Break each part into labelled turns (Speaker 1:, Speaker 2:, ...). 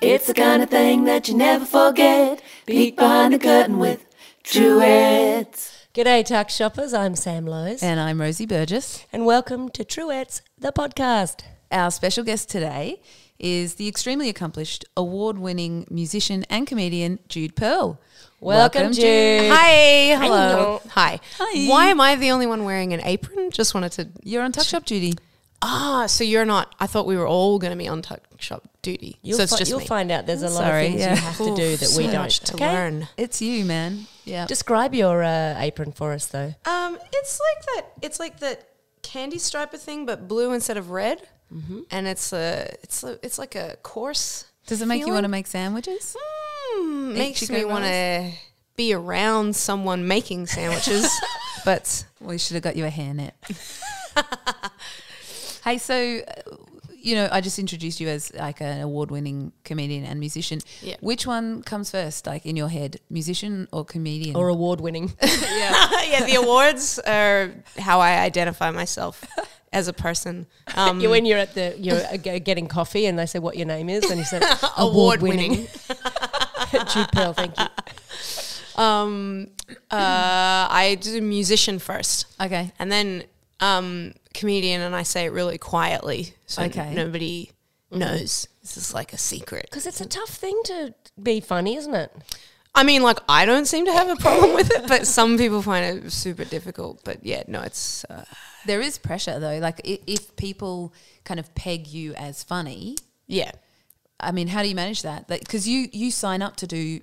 Speaker 1: It's the kind of thing that you never forget. Peek behind the curtain with Truettes.
Speaker 2: G'day, Tuck Shoppers. I'm Sam Lowe's.
Speaker 3: And I'm Rosie Burgess.
Speaker 2: And welcome to Truettes, the podcast.
Speaker 3: Our special guest today is the extremely accomplished, award winning musician and comedian Jude Pearl.
Speaker 2: Welcome, Jude.
Speaker 4: Hi, hello. Hi.
Speaker 3: Hi.
Speaker 4: Why am I the only one wearing an apron? Just wanted to.
Speaker 3: You're on Tuck Shop duty.
Speaker 4: Ah, so you're not. I thought we were all going to be on tuck shop duty.
Speaker 2: You'll,
Speaker 4: so it's
Speaker 2: fi-
Speaker 4: just
Speaker 2: you'll
Speaker 4: me.
Speaker 2: find out there's a lot
Speaker 3: Sorry,
Speaker 2: of things
Speaker 3: yeah.
Speaker 2: you have to do that
Speaker 4: so
Speaker 2: we don't.
Speaker 4: much to
Speaker 2: okay?
Speaker 4: learn.
Speaker 3: It's you, man. Yeah.
Speaker 2: Describe your uh, apron for us, though.
Speaker 4: Um, it's like that. It's like that candy striper thing, but blue instead of red. And it's a. It's a, It's like a coarse.
Speaker 3: Does it make you want to make sandwiches?
Speaker 4: Mm, makes
Speaker 3: Ichigo
Speaker 4: me want to be around someone making sandwiches, but
Speaker 3: We should have got you a hairnet. hey, so uh, you know, I just introduced you as like an award-winning comedian and musician.
Speaker 4: Yeah.
Speaker 3: Which one comes first, like in your head, musician or comedian?
Speaker 2: Or award winning.
Speaker 4: yeah, the awards are how I identify myself as a person. Um,
Speaker 2: you, when you're at the you're uh, g- getting coffee and they say what your name is, and you said award winning
Speaker 4: Award-winning.
Speaker 2: Jude Pearl. Thank you.
Speaker 4: um, uh, I do musician first,
Speaker 3: okay,
Speaker 4: and then um, comedian, and I say it really quietly, so
Speaker 3: Okay.
Speaker 4: n- nobody knows. This is like a secret.
Speaker 2: Because it's a tough thing to be funny, isn't it?
Speaker 4: I mean, like I don't seem to have a problem with it, but some people find it super difficult. But yeah, no, it's uh,
Speaker 3: there is pressure though. Like i- if people kind of peg you as funny,
Speaker 4: yeah.
Speaker 3: I mean, how do you manage that? Because you you sign up to do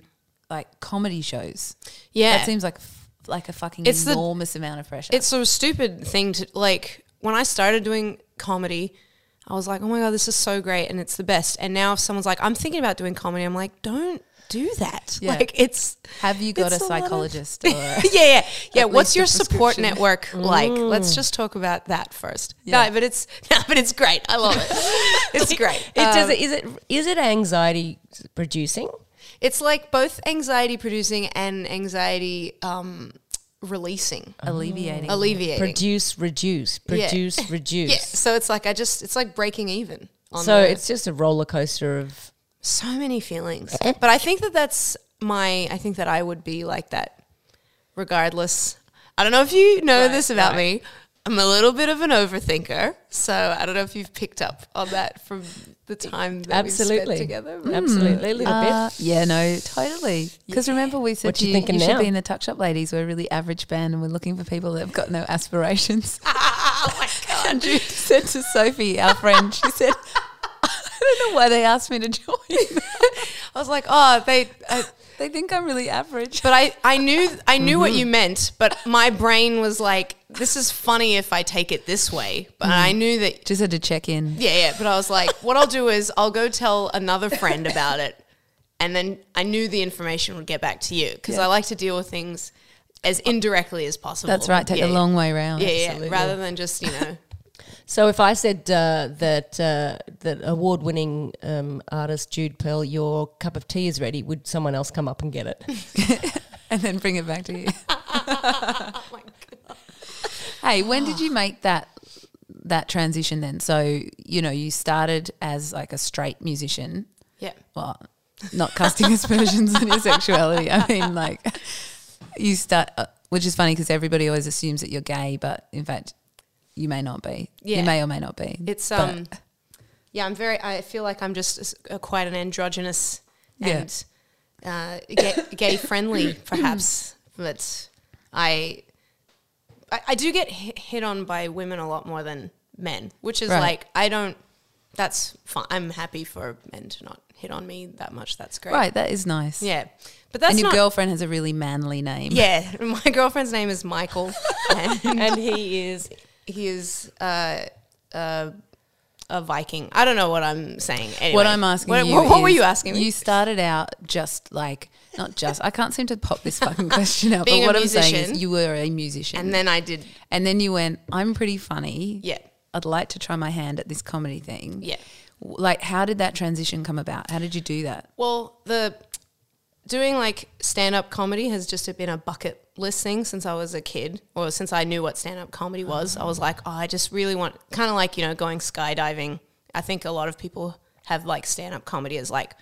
Speaker 3: like comedy shows.
Speaker 4: Yeah.
Speaker 3: that seems like f- like a fucking
Speaker 4: It's the-
Speaker 3: enormous amount of pressure.
Speaker 4: It's a stupid thing to like. When I started doing comedy, I was like, "Oh my god, this is so great, and it's the best." And now, if someone's like, "I'm thinking about doing comedy," I'm like, "Don't do that."
Speaker 3: Yeah.
Speaker 4: Like, it's
Speaker 3: have you got
Speaker 4: it's
Speaker 3: a
Speaker 4: a lot of-
Speaker 3: psychologist? or
Speaker 4: yeah, yeah, yeah.
Speaker 3: At least
Speaker 4: What's
Speaker 3: a
Speaker 4: your support
Speaker 3: prescription. Mm.
Speaker 4: network like? Let's just talk about that first.
Speaker 3: Yeah.
Speaker 4: No, but it's no, but it's great. I love it. it's great. Uh,
Speaker 2: It does. Is it is it anxiety producing?
Speaker 4: It's like both anxiety producing and anxiety um, releasing,
Speaker 3: alleviating.
Speaker 4: alleviating.
Speaker 2: Produce, reduce,
Speaker 4: Yeah.
Speaker 2: produce, reduce.
Speaker 4: yeah. So it's like I just it's like breaking even. On
Speaker 2: So
Speaker 4: the-
Speaker 2: it's just a roller coaster of
Speaker 4: so many feelings but i think that that's my i think that i would be like that regardless i don't know if you know this about me i'm a little bit of an overthinker so i don't know if you've picked up on that from the time that we
Speaker 2: absolutely
Speaker 4: spent together
Speaker 2: absolutely a little
Speaker 3: Uh,
Speaker 2: bit.
Speaker 3: yeah, no, totally. Because remember, we said
Speaker 2: What you
Speaker 3: you,
Speaker 2: thinking
Speaker 3: you should
Speaker 2: now?
Speaker 3: be in the tuck shop, ladies. We're a really average band, and we're looking for people that have got no aspirations.
Speaker 4: oh my god
Speaker 3: and you said to Sophie, our friend, she said, "I don't know why they asked me to join.
Speaker 4: i was like oh they I,
Speaker 3: they think I'm really average."
Speaker 4: but i i knew i knew what you meant but my brain was like this is funny if i take it this way but i knew that
Speaker 3: Just had to check in.
Speaker 4: Yeah, yeah. But I was like, what I'll do is I'll go tell another friend about it. And then I knew the information would get back to you because I like to deal with things as indirectly as possible.
Speaker 3: That's right. Take
Speaker 4: yeah,
Speaker 3: the long way round.
Speaker 4: Yeah, yeah,
Speaker 3: Absolutely.
Speaker 4: Rather than just, you know,
Speaker 2: So if I said uh, that uh, that award-winning um, artist Jude Pearl, your cup of tea is ready, would someone else come up and get it?
Speaker 3: and then bring it back to you. Hey, when did you make that that transition then? So, you know, you started as like a straight musician.
Speaker 4: yeah.
Speaker 3: Well, not casting aspersions on your sexuality. I mean, like you start uh, which is funny because everybody always assumes that you're gay, but in fact, you may not be.
Speaker 4: Yeah.
Speaker 3: You may or may not be.
Speaker 4: It's,
Speaker 3: But-
Speaker 4: um, yeah, I'm very, I feel like I'm just a s- a, quite an androgynous
Speaker 3: Yeah.
Speaker 4: and uh, gay, gay friendly, perhaps. But I, I, I do get hi- hit on by women a lot more than men, which is
Speaker 3: Right.
Speaker 4: like I don't. That's fine. I'm happy for men to not hit on me that much. That's great.
Speaker 3: right, that is nice.
Speaker 4: Yeah, but that's
Speaker 3: and your
Speaker 4: not.
Speaker 3: girlfriend has a really manly name.
Speaker 4: yeah, my girlfriend's name is Michael, and
Speaker 2: and he is
Speaker 4: he is uh, uh, a Viking. I don't know what I'm saying. Anyway,
Speaker 3: What I'm asking
Speaker 4: what,
Speaker 3: you,
Speaker 4: what, what were
Speaker 3: is,
Speaker 4: you asking me?
Speaker 3: You started out just like not just. I can't seem to pop this fucking question out.
Speaker 4: Being
Speaker 3: but
Speaker 4: a
Speaker 3: what I'm saying
Speaker 4: musician.
Speaker 3: is, you were a musician,
Speaker 4: and then I did.
Speaker 3: and then you went. I'm pretty funny.
Speaker 4: Yeah.
Speaker 3: I'd like to try my hand at this comedy thing.
Speaker 4: Yeah.
Speaker 3: W- Like, how did that transition come about? How did you do that?
Speaker 4: Well, the doing like stand up comedy has just been a bucket list thing since I was a kid, or since I knew what stand up comedy was. I was like, oh, I just really want, kind of like you know, going skydiving. I think a lot of people have like stand up comedy as like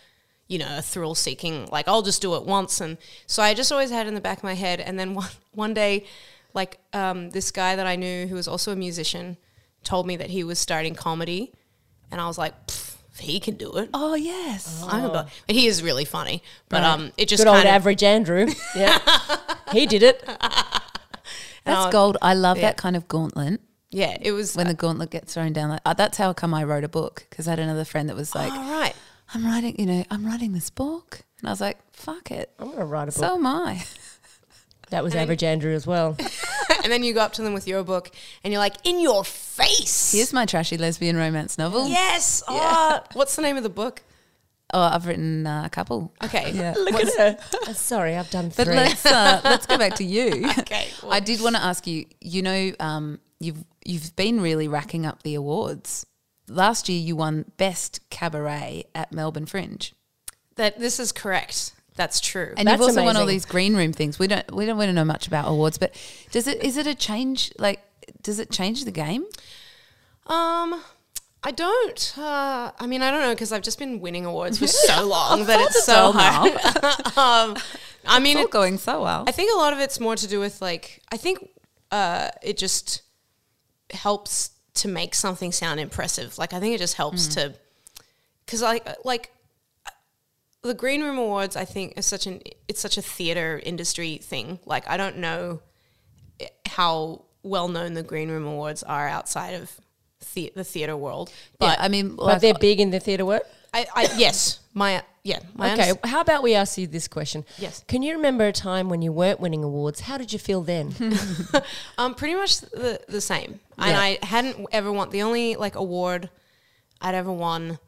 Speaker 4: you know, a thrill seeking, like, I'll just do it once. And so I just always had it in the back of my head. And then one, one day, like, um, this guy that I knew who was also a musician told me that he was starting comedy. And I was like, "Pff, if he can do it.
Speaker 3: Oh yes.
Speaker 4: I can do it. And he is really funny. But
Speaker 2: Right.
Speaker 4: um, it just
Speaker 2: Good old
Speaker 4: kind of.
Speaker 2: average Andrew. Yeah, he did it.
Speaker 4: Oh,
Speaker 3: That's gold. I love that kind of gauntlet.
Speaker 4: Yeah, it was.
Speaker 3: When the gauntlet gets thrown down, like, oh, that's how come I wrote a book because I had another friend that was like,
Speaker 4: all right.
Speaker 3: "I'm writing, you know, I'm writing this book," and I was like, "Fuck it,
Speaker 2: I'm gonna write a book.
Speaker 3: so am I."
Speaker 2: that was average Andrew as well.
Speaker 4: and then you go up to them with your book and you're like, in your face.
Speaker 3: Here's my trashy lesbian romance novel.
Speaker 4: Yes. Oh, what's the name of the book?
Speaker 3: Oh, I've written uh, a couple.
Speaker 4: Okay.
Speaker 2: Look at her. Uh, sorry, I've done
Speaker 3: But
Speaker 2: three.
Speaker 3: let's uh, let's go back to you.
Speaker 4: Okay, well-
Speaker 3: I did want to ask you. You know, um, you've you've been really racking up the awards. Last year, you won best cabaret at Melbourne Fringe,
Speaker 4: That this is correct. That's true.
Speaker 3: and
Speaker 2: That's
Speaker 3: you've also won all
Speaker 2: amazing.
Speaker 3: these green room things. We don't we don't we don't know much about awards, but does it is it a change? Like, does it change the game?
Speaker 4: um, I don't. Uh, I mean, I don't know because I've just been winning awards for so long that it's so hard. um, I mean,
Speaker 3: It's all
Speaker 4: it,
Speaker 3: going so well.
Speaker 4: I think a lot of it's more to do with like I think uh, it just helps to make something sound impressive. Like I think it just helps to because I like uh, the Green Room Awards. I think is such an it's such a theater industry thing. Like I don't know eh, how well known the Green Room Awards are outside of the, the theater world,
Speaker 3: yeah,
Speaker 4: but
Speaker 3: I mean, well,
Speaker 2: but
Speaker 3: I've-
Speaker 2: they're big in the theatre work.
Speaker 4: I, I yes my yeah my
Speaker 2: Okay,
Speaker 4: underst-
Speaker 2: how about we ask you this question?
Speaker 4: Yes.
Speaker 2: Can you remember a time when you weren't winning awards? How did you feel then?
Speaker 4: Um, pretty much the the same. And
Speaker 2: Yeah.
Speaker 4: I hadn't ever won the only like award I'd ever won,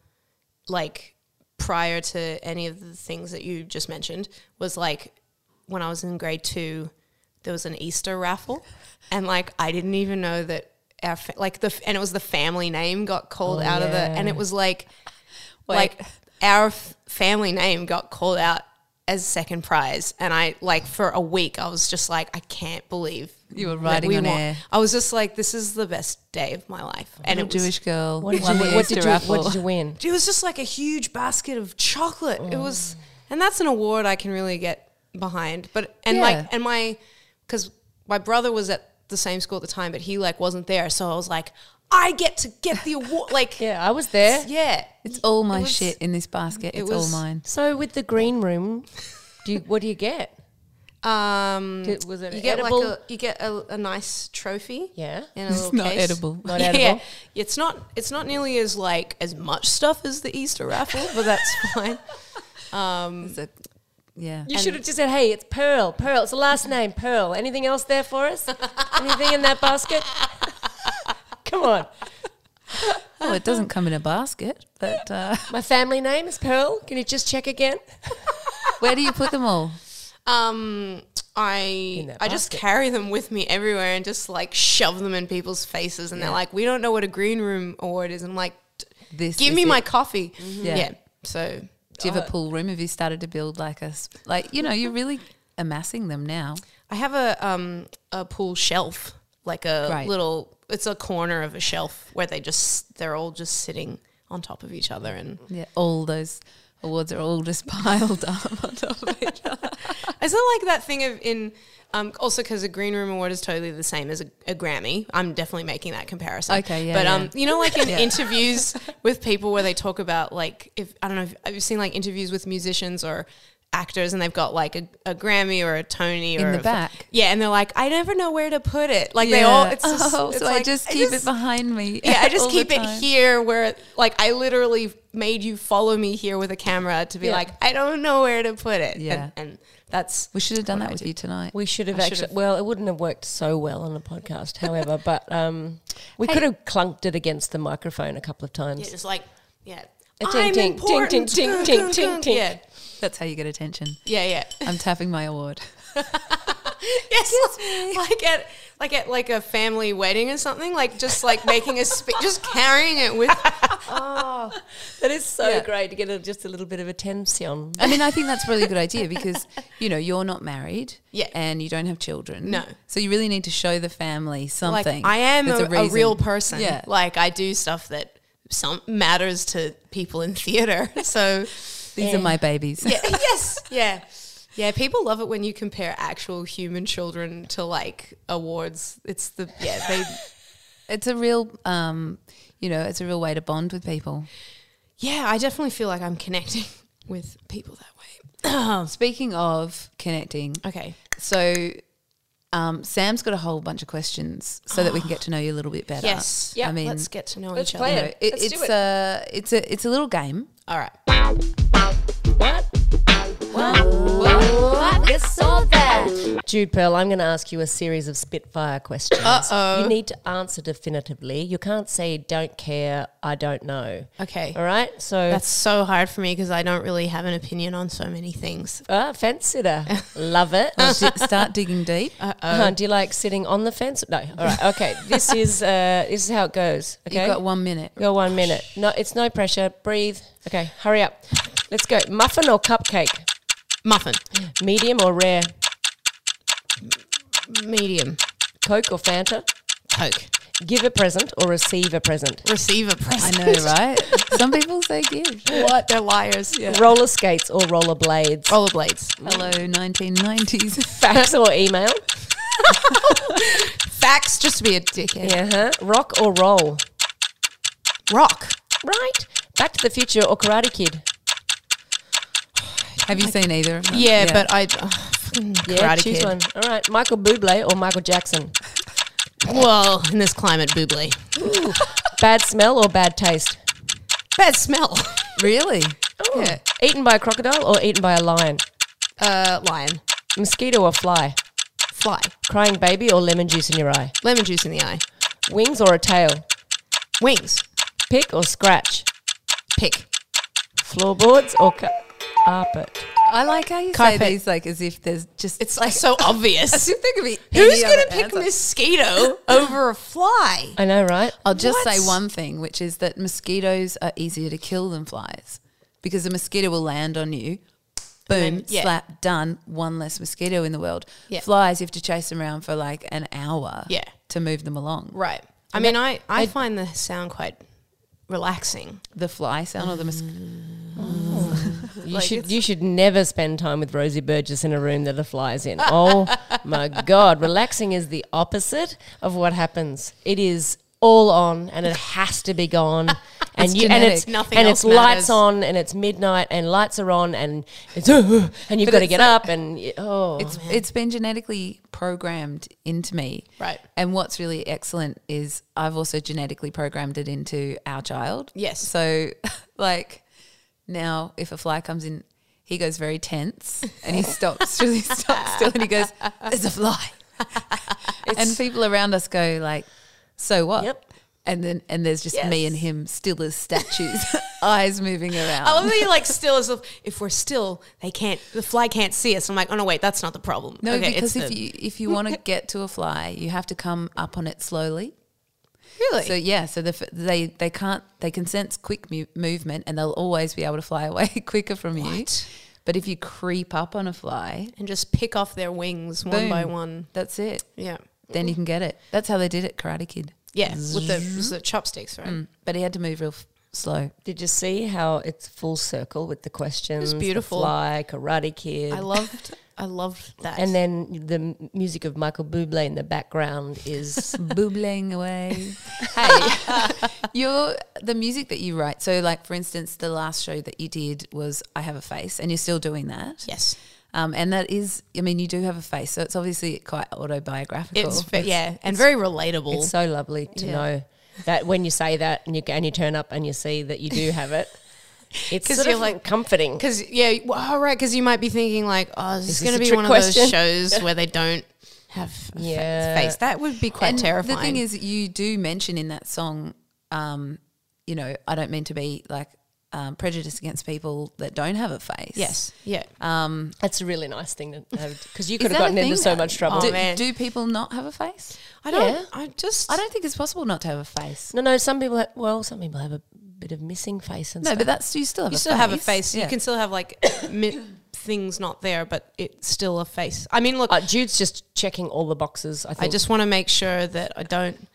Speaker 4: like prior to any of the things that you just mentioned, was like when I was in grade two. There was an Easter raffle, and like I didn't even know that our fa- like the f- and it was the family name got called
Speaker 2: Oh,
Speaker 4: out of the
Speaker 2: yeah.
Speaker 4: and it was like like our f- family name got called out as second prize and i like for a week i was just like i can't believe
Speaker 3: You were
Speaker 4: that
Speaker 3: riding
Speaker 4: we
Speaker 3: on
Speaker 4: won.
Speaker 3: air.
Speaker 4: i was just like this is the best day of my life and
Speaker 3: a
Speaker 4: it was,
Speaker 3: Jewish girl.
Speaker 2: What did,
Speaker 3: won
Speaker 2: you,
Speaker 3: the
Speaker 2: what,
Speaker 3: Easter
Speaker 2: did you,
Speaker 3: raffle.
Speaker 2: what did you win?
Speaker 4: it was just like a huge basket of chocolate it was and that's an award i can really get behind but and
Speaker 3: Yeah.
Speaker 4: like and my because my brother was at the same school at the time but he like wasn't there so i was like i get to get the award like yeah,
Speaker 2: Yeah, I was there.
Speaker 3: It's all my
Speaker 4: It was-
Speaker 3: shit in this basket. It's
Speaker 4: was-
Speaker 3: all mine.
Speaker 2: So with the green room, do you, what do you get?
Speaker 4: um
Speaker 2: Did- was it
Speaker 4: you get
Speaker 2: edible?
Speaker 4: like a you get a, a nice trophy.
Speaker 2: Yeah.
Speaker 4: in a
Speaker 3: It's
Speaker 4: little
Speaker 3: not
Speaker 4: case.
Speaker 3: edible.
Speaker 2: Not
Speaker 4: yeah,
Speaker 2: edible.
Speaker 4: it's not it's not nearly as like as much stuff as the Easter raffle, but that's fine.
Speaker 3: It's a- yeah.
Speaker 2: You should have just said, "Hey, it's Pearl. Pearl. It's the last name, Pearl. Anything else there for us? Anything in that basket? Come on.
Speaker 3: Well, it doesn't come in a basket, but uh,
Speaker 2: My family name is Pearl. Can you just check again?
Speaker 3: where do you put them all?
Speaker 4: Um, I
Speaker 2: that
Speaker 4: I just
Speaker 2: basket.
Speaker 4: carry them with me everywhere and just like shove them in people's faces, and they're like, "We don't know what a green room award is." I'm like, "D-
Speaker 3: This
Speaker 4: "Give
Speaker 3: is
Speaker 4: me
Speaker 3: it.
Speaker 4: my coffee."
Speaker 3: Yeah.
Speaker 4: Yeah. So
Speaker 3: Do you have
Speaker 4: Uh,
Speaker 3: a pool room? Have you started to build like a s- like you know? You're really amassing them now.
Speaker 4: I have a um a pool shelf, like a
Speaker 3: Great.
Speaker 4: little. It's a corner of a shelf where they just they're all just sitting on top of each other, and
Speaker 3: Yeah, all those awards are all just piled up on top of each other.
Speaker 4: Is it like that thing of in um, also because a green room award is totally the same as a, a Grammy? I'm definitely making that comparison.
Speaker 3: Okay, yeah,
Speaker 4: But
Speaker 3: yeah.
Speaker 4: um, you know, like in interviews with people where they talk about like if I don't know, if I've seen like interviews with musicians or actors, and they've got like a, a Grammy or a Tony
Speaker 3: In
Speaker 4: or
Speaker 3: the
Speaker 4: a-
Speaker 3: back.
Speaker 4: Yeah, and they're like, I never know where to put it. Like they all, it's just,
Speaker 3: oh,
Speaker 4: it's
Speaker 3: so I
Speaker 4: like,
Speaker 3: just
Speaker 4: I
Speaker 3: keep
Speaker 4: just-
Speaker 3: it behind me.
Speaker 4: yeah, I just
Speaker 3: all the
Speaker 4: keep it
Speaker 3: time.
Speaker 4: here where like I literally made you follow me here with a camera to be
Speaker 2: Yeah.
Speaker 4: like, I don't know where to put it.
Speaker 3: Yeah.
Speaker 4: And, and that's
Speaker 3: We should have done
Speaker 4: what
Speaker 3: that
Speaker 4: I
Speaker 3: with
Speaker 4: do.
Speaker 3: you tonight.
Speaker 2: We should have
Speaker 4: I should
Speaker 2: actually.
Speaker 4: have.
Speaker 2: Well, it wouldn't have worked so well on a podcast, however. but um, we could have clunked it against the microphone a couple of times.
Speaker 4: Yeah, just like yeah.
Speaker 2: A
Speaker 4: I'm
Speaker 2: ting, ting, ting,
Speaker 4: important.
Speaker 2: ting, ting, ting, ting.
Speaker 4: Yeah,
Speaker 3: That's how you get attention.
Speaker 4: yeah, yeah.
Speaker 3: I'm tapping my award.
Speaker 4: Yes, like at like at like a family wedding or something. Like just like making a spe- just carrying it with.
Speaker 2: That is so
Speaker 4: Yeah.
Speaker 2: great to get a, just a little bit of attention.
Speaker 3: I mean, I think that's a really good idea because you know you're not married,
Speaker 4: Yeah.
Speaker 3: and you don't have children,
Speaker 4: No.
Speaker 3: So you really need to show the family
Speaker 4: Like
Speaker 3: something.
Speaker 4: I am
Speaker 3: There's
Speaker 4: a, a
Speaker 3: reason.
Speaker 4: real person.
Speaker 3: Yeah.
Speaker 4: Like I do stuff that some matters to people in theater. So
Speaker 3: These are my babies.
Speaker 4: Yeah. yes. Yeah. Yeah. People love it when you compare actual human children to like awards. It's the yeah they
Speaker 3: It's a real, um, you know, it's a real way to bond with people.
Speaker 4: yeah. I definitely feel like I'm connecting with people that way.
Speaker 3: Speaking of connecting,
Speaker 4: okay.
Speaker 3: so um, Sam's got a whole bunch of questions so that we can get to know you a little bit better.
Speaker 4: Yes. Yeah.
Speaker 3: I mean,
Speaker 4: let's get to know
Speaker 2: let's
Speaker 4: each
Speaker 2: play
Speaker 4: other.
Speaker 2: it.
Speaker 3: you know, it,
Speaker 2: Let's do
Speaker 3: it's
Speaker 2: it.
Speaker 3: a it's a it's a little game.
Speaker 4: All right.
Speaker 2: Jude Pearl, I'm going to ask you a series of Spitfire questions.
Speaker 4: Uh-oh.
Speaker 2: You need to answer definitively. You can't say, don't care, I don't know.
Speaker 4: Okay.
Speaker 2: All right? So
Speaker 4: That's so hard for me because I don't really have an opinion on so many things.
Speaker 2: ah, fence sitter. Love it.
Speaker 3: Di- Start digging deep.
Speaker 2: Uh, do you like sitting on the fence? No. All right. Okay. this is uh, this is how it goes. Okay.
Speaker 3: You've got one minute.
Speaker 2: Go one minute. No, it's no pressure. Breathe. Okay. Hurry up. Let's go. Muffin or cupcake?
Speaker 4: Muffin,
Speaker 2: Medium or rare?
Speaker 4: medium,
Speaker 2: Coke or Fanta?
Speaker 4: Coke,
Speaker 2: Give a present or receive a present?
Speaker 4: receiver,
Speaker 3: I
Speaker 4: present.
Speaker 3: know, right? Some people say give.
Speaker 4: What? They're liars. Yeah.
Speaker 2: Roller skates or roller blades?
Speaker 4: Rollerblades.
Speaker 3: Hello, 1990s.
Speaker 2: Fax or email?
Speaker 4: Facts, just to be a dickhead.
Speaker 2: Yeah. huh Rock or roll?
Speaker 4: Rock.
Speaker 2: Right. Back to the Future or Karate Kid?
Speaker 3: Have you seen either of them?
Speaker 4: Yeah, but I. ugh, fucking
Speaker 2: Yeah.
Speaker 4: Karate
Speaker 2: choose
Speaker 4: Kid.
Speaker 2: one. All right. Michael Bublé or Michael Jackson?
Speaker 4: Well, in this climate, boobly.
Speaker 2: Bad smell or bad taste?
Speaker 4: Bad smell.
Speaker 3: really,
Speaker 2: Yeah. Eaten by a crocodile or eaten by a lion?
Speaker 4: Uh, lion.
Speaker 2: Mosquito or fly?
Speaker 4: Fly.
Speaker 2: Crying baby or lemon juice in your eye?
Speaker 4: Lemon juice in the eye.
Speaker 2: Wings or a tail?
Speaker 4: Wings.
Speaker 2: Pick or scratch?
Speaker 4: Pick.
Speaker 2: Floorboards or ca- carpet?
Speaker 3: I like how you
Speaker 4: Carpet.
Speaker 3: say these like as if there's just
Speaker 4: It's like so obvious.
Speaker 3: think of it.
Speaker 4: Who's going to pick mosquito over a fly?
Speaker 2: I know, right?
Speaker 3: I'll just
Speaker 4: What?
Speaker 3: say one thing, which is that mosquitoes are easier to kill than flies because a mosquito will land on you. Boom,
Speaker 4: then- yeah.
Speaker 3: slap, done. One less mosquito in the world.
Speaker 4: Yeah.
Speaker 3: Flies, you have to chase them around for like an hour
Speaker 4: Yeah.
Speaker 3: to move them along.
Speaker 4: Right. I mean, I, I find the sound quite relaxing.
Speaker 3: The fly sound or the
Speaker 4: Mm-hmm.
Speaker 3: mosquito.
Speaker 2: You should you should never spend time with Rosie Burgess in a room that a fly is in. Oh my god, relaxing is the opposite of what happens. It is all on and it has to be gone. And
Speaker 3: It's
Speaker 2: you and
Speaker 3: genetic.
Speaker 2: it's
Speaker 4: Nothing
Speaker 2: and
Speaker 4: else
Speaker 2: it's lights
Speaker 4: matters.
Speaker 2: on and it's midnight and lights are on and it's and you've got to
Speaker 3: it's
Speaker 2: get up and y- oh
Speaker 3: It's it's been genetically programmed into me.
Speaker 4: Right.
Speaker 3: And what's really excellent is I've also genetically programmed it into our child.
Speaker 4: Yes.
Speaker 3: So like now if a fly comes in, he goes very tense and he stops really stops still and he goes, There's a fly. and people around us go like, So what?
Speaker 2: Yep.
Speaker 3: And then and there's just me and him still as statues, eyes moving around.
Speaker 4: I love that you're like still as if, if we're still, they can't, the fly can't see us. I'm like, oh no, wait, that's not the problem.
Speaker 3: No,
Speaker 4: Okay,
Speaker 3: because
Speaker 4: it's
Speaker 3: if
Speaker 4: the-
Speaker 3: you if you want to get to a fly, you have to come up on it slowly.
Speaker 4: really,
Speaker 3: So yeah, so the, f- they they can't they can sense quick mu- movement and they'll always be able to fly away quicker from you. But if you creep up on a fly,
Speaker 4: and just pick off their wings one by
Speaker 3: boom,
Speaker 4: one.
Speaker 3: that's it.
Speaker 4: Yeah.
Speaker 3: Then you can get it. That's how they did it, Karate Kid.
Speaker 4: Yeah. With the, it was the chopsticks, right?
Speaker 3: But he had to move real f- slow.
Speaker 2: Did you see how it's full circle with the questions?
Speaker 4: beautiful.
Speaker 2: The fly, Karate Kid.
Speaker 4: I loved, I loved that.
Speaker 2: and then the m- music of Michael Bublé in the background is
Speaker 3: Boobling away. hey, you're the music that you write. So, like for instance, the last show that you did was "I Have a Face," and you're still doing that.
Speaker 4: yes.
Speaker 3: Um, and that is, I mean, you do have a face, so it's obviously quite autobiographical.
Speaker 4: It's, ve- yeah, and very relatable.
Speaker 2: It's so lovely to
Speaker 3: Yeah.
Speaker 2: know that when you say that and you and you turn up and you see that you do have it, it's
Speaker 4: 'Cause
Speaker 2: sort
Speaker 4: you're
Speaker 2: of
Speaker 4: like-
Speaker 2: like comforting.
Speaker 4: Because yeah, well, oh, right. Because you might be thinking like, oh, this is,
Speaker 2: this
Speaker 4: going
Speaker 2: a
Speaker 4: to be
Speaker 2: trick
Speaker 4: one
Speaker 2: question?
Speaker 4: of those shows where they don't have a yeah.
Speaker 2: Yeah.
Speaker 4: face. That would be quite
Speaker 3: And
Speaker 4: terrifying.
Speaker 3: The thing is, you do mention in that song, um, you know, I don't mean to be like um, prejudiced against people that don't have a face.
Speaker 4: yes, yeah.
Speaker 2: That's a really nice thing to have because you
Speaker 3: Is
Speaker 2: could have
Speaker 3: that a
Speaker 2: gotten into
Speaker 3: thing
Speaker 2: so
Speaker 3: now?
Speaker 2: much trouble.
Speaker 4: Oh,
Speaker 3: do,
Speaker 4: man.
Speaker 3: do people not have a face?
Speaker 4: I don't.
Speaker 2: yeah.
Speaker 4: I just.
Speaker 3: I don't think it's possible not to have a face.
Speaker 2: No, no. Some people, ha- well, some people have a bit of missing face and
Speaker 3: No,
Speaker 2: stuff.
Speaker 3: but that's you still have
Speaker 4: You
Speaker 3: a
Speaker 4: still
Speaker 3: face.
Speaker 4: have a face.
Speaker 3: Yeah.
Speaker 4: You can still have like mi- things not there, but it's still a face. I mean, look,
Speaker 2: Uh, Jude's just checking all the boxes. I,
Speaker 4: I
Speaker 2: think.
Speaker 4: just want to make sure that I don't.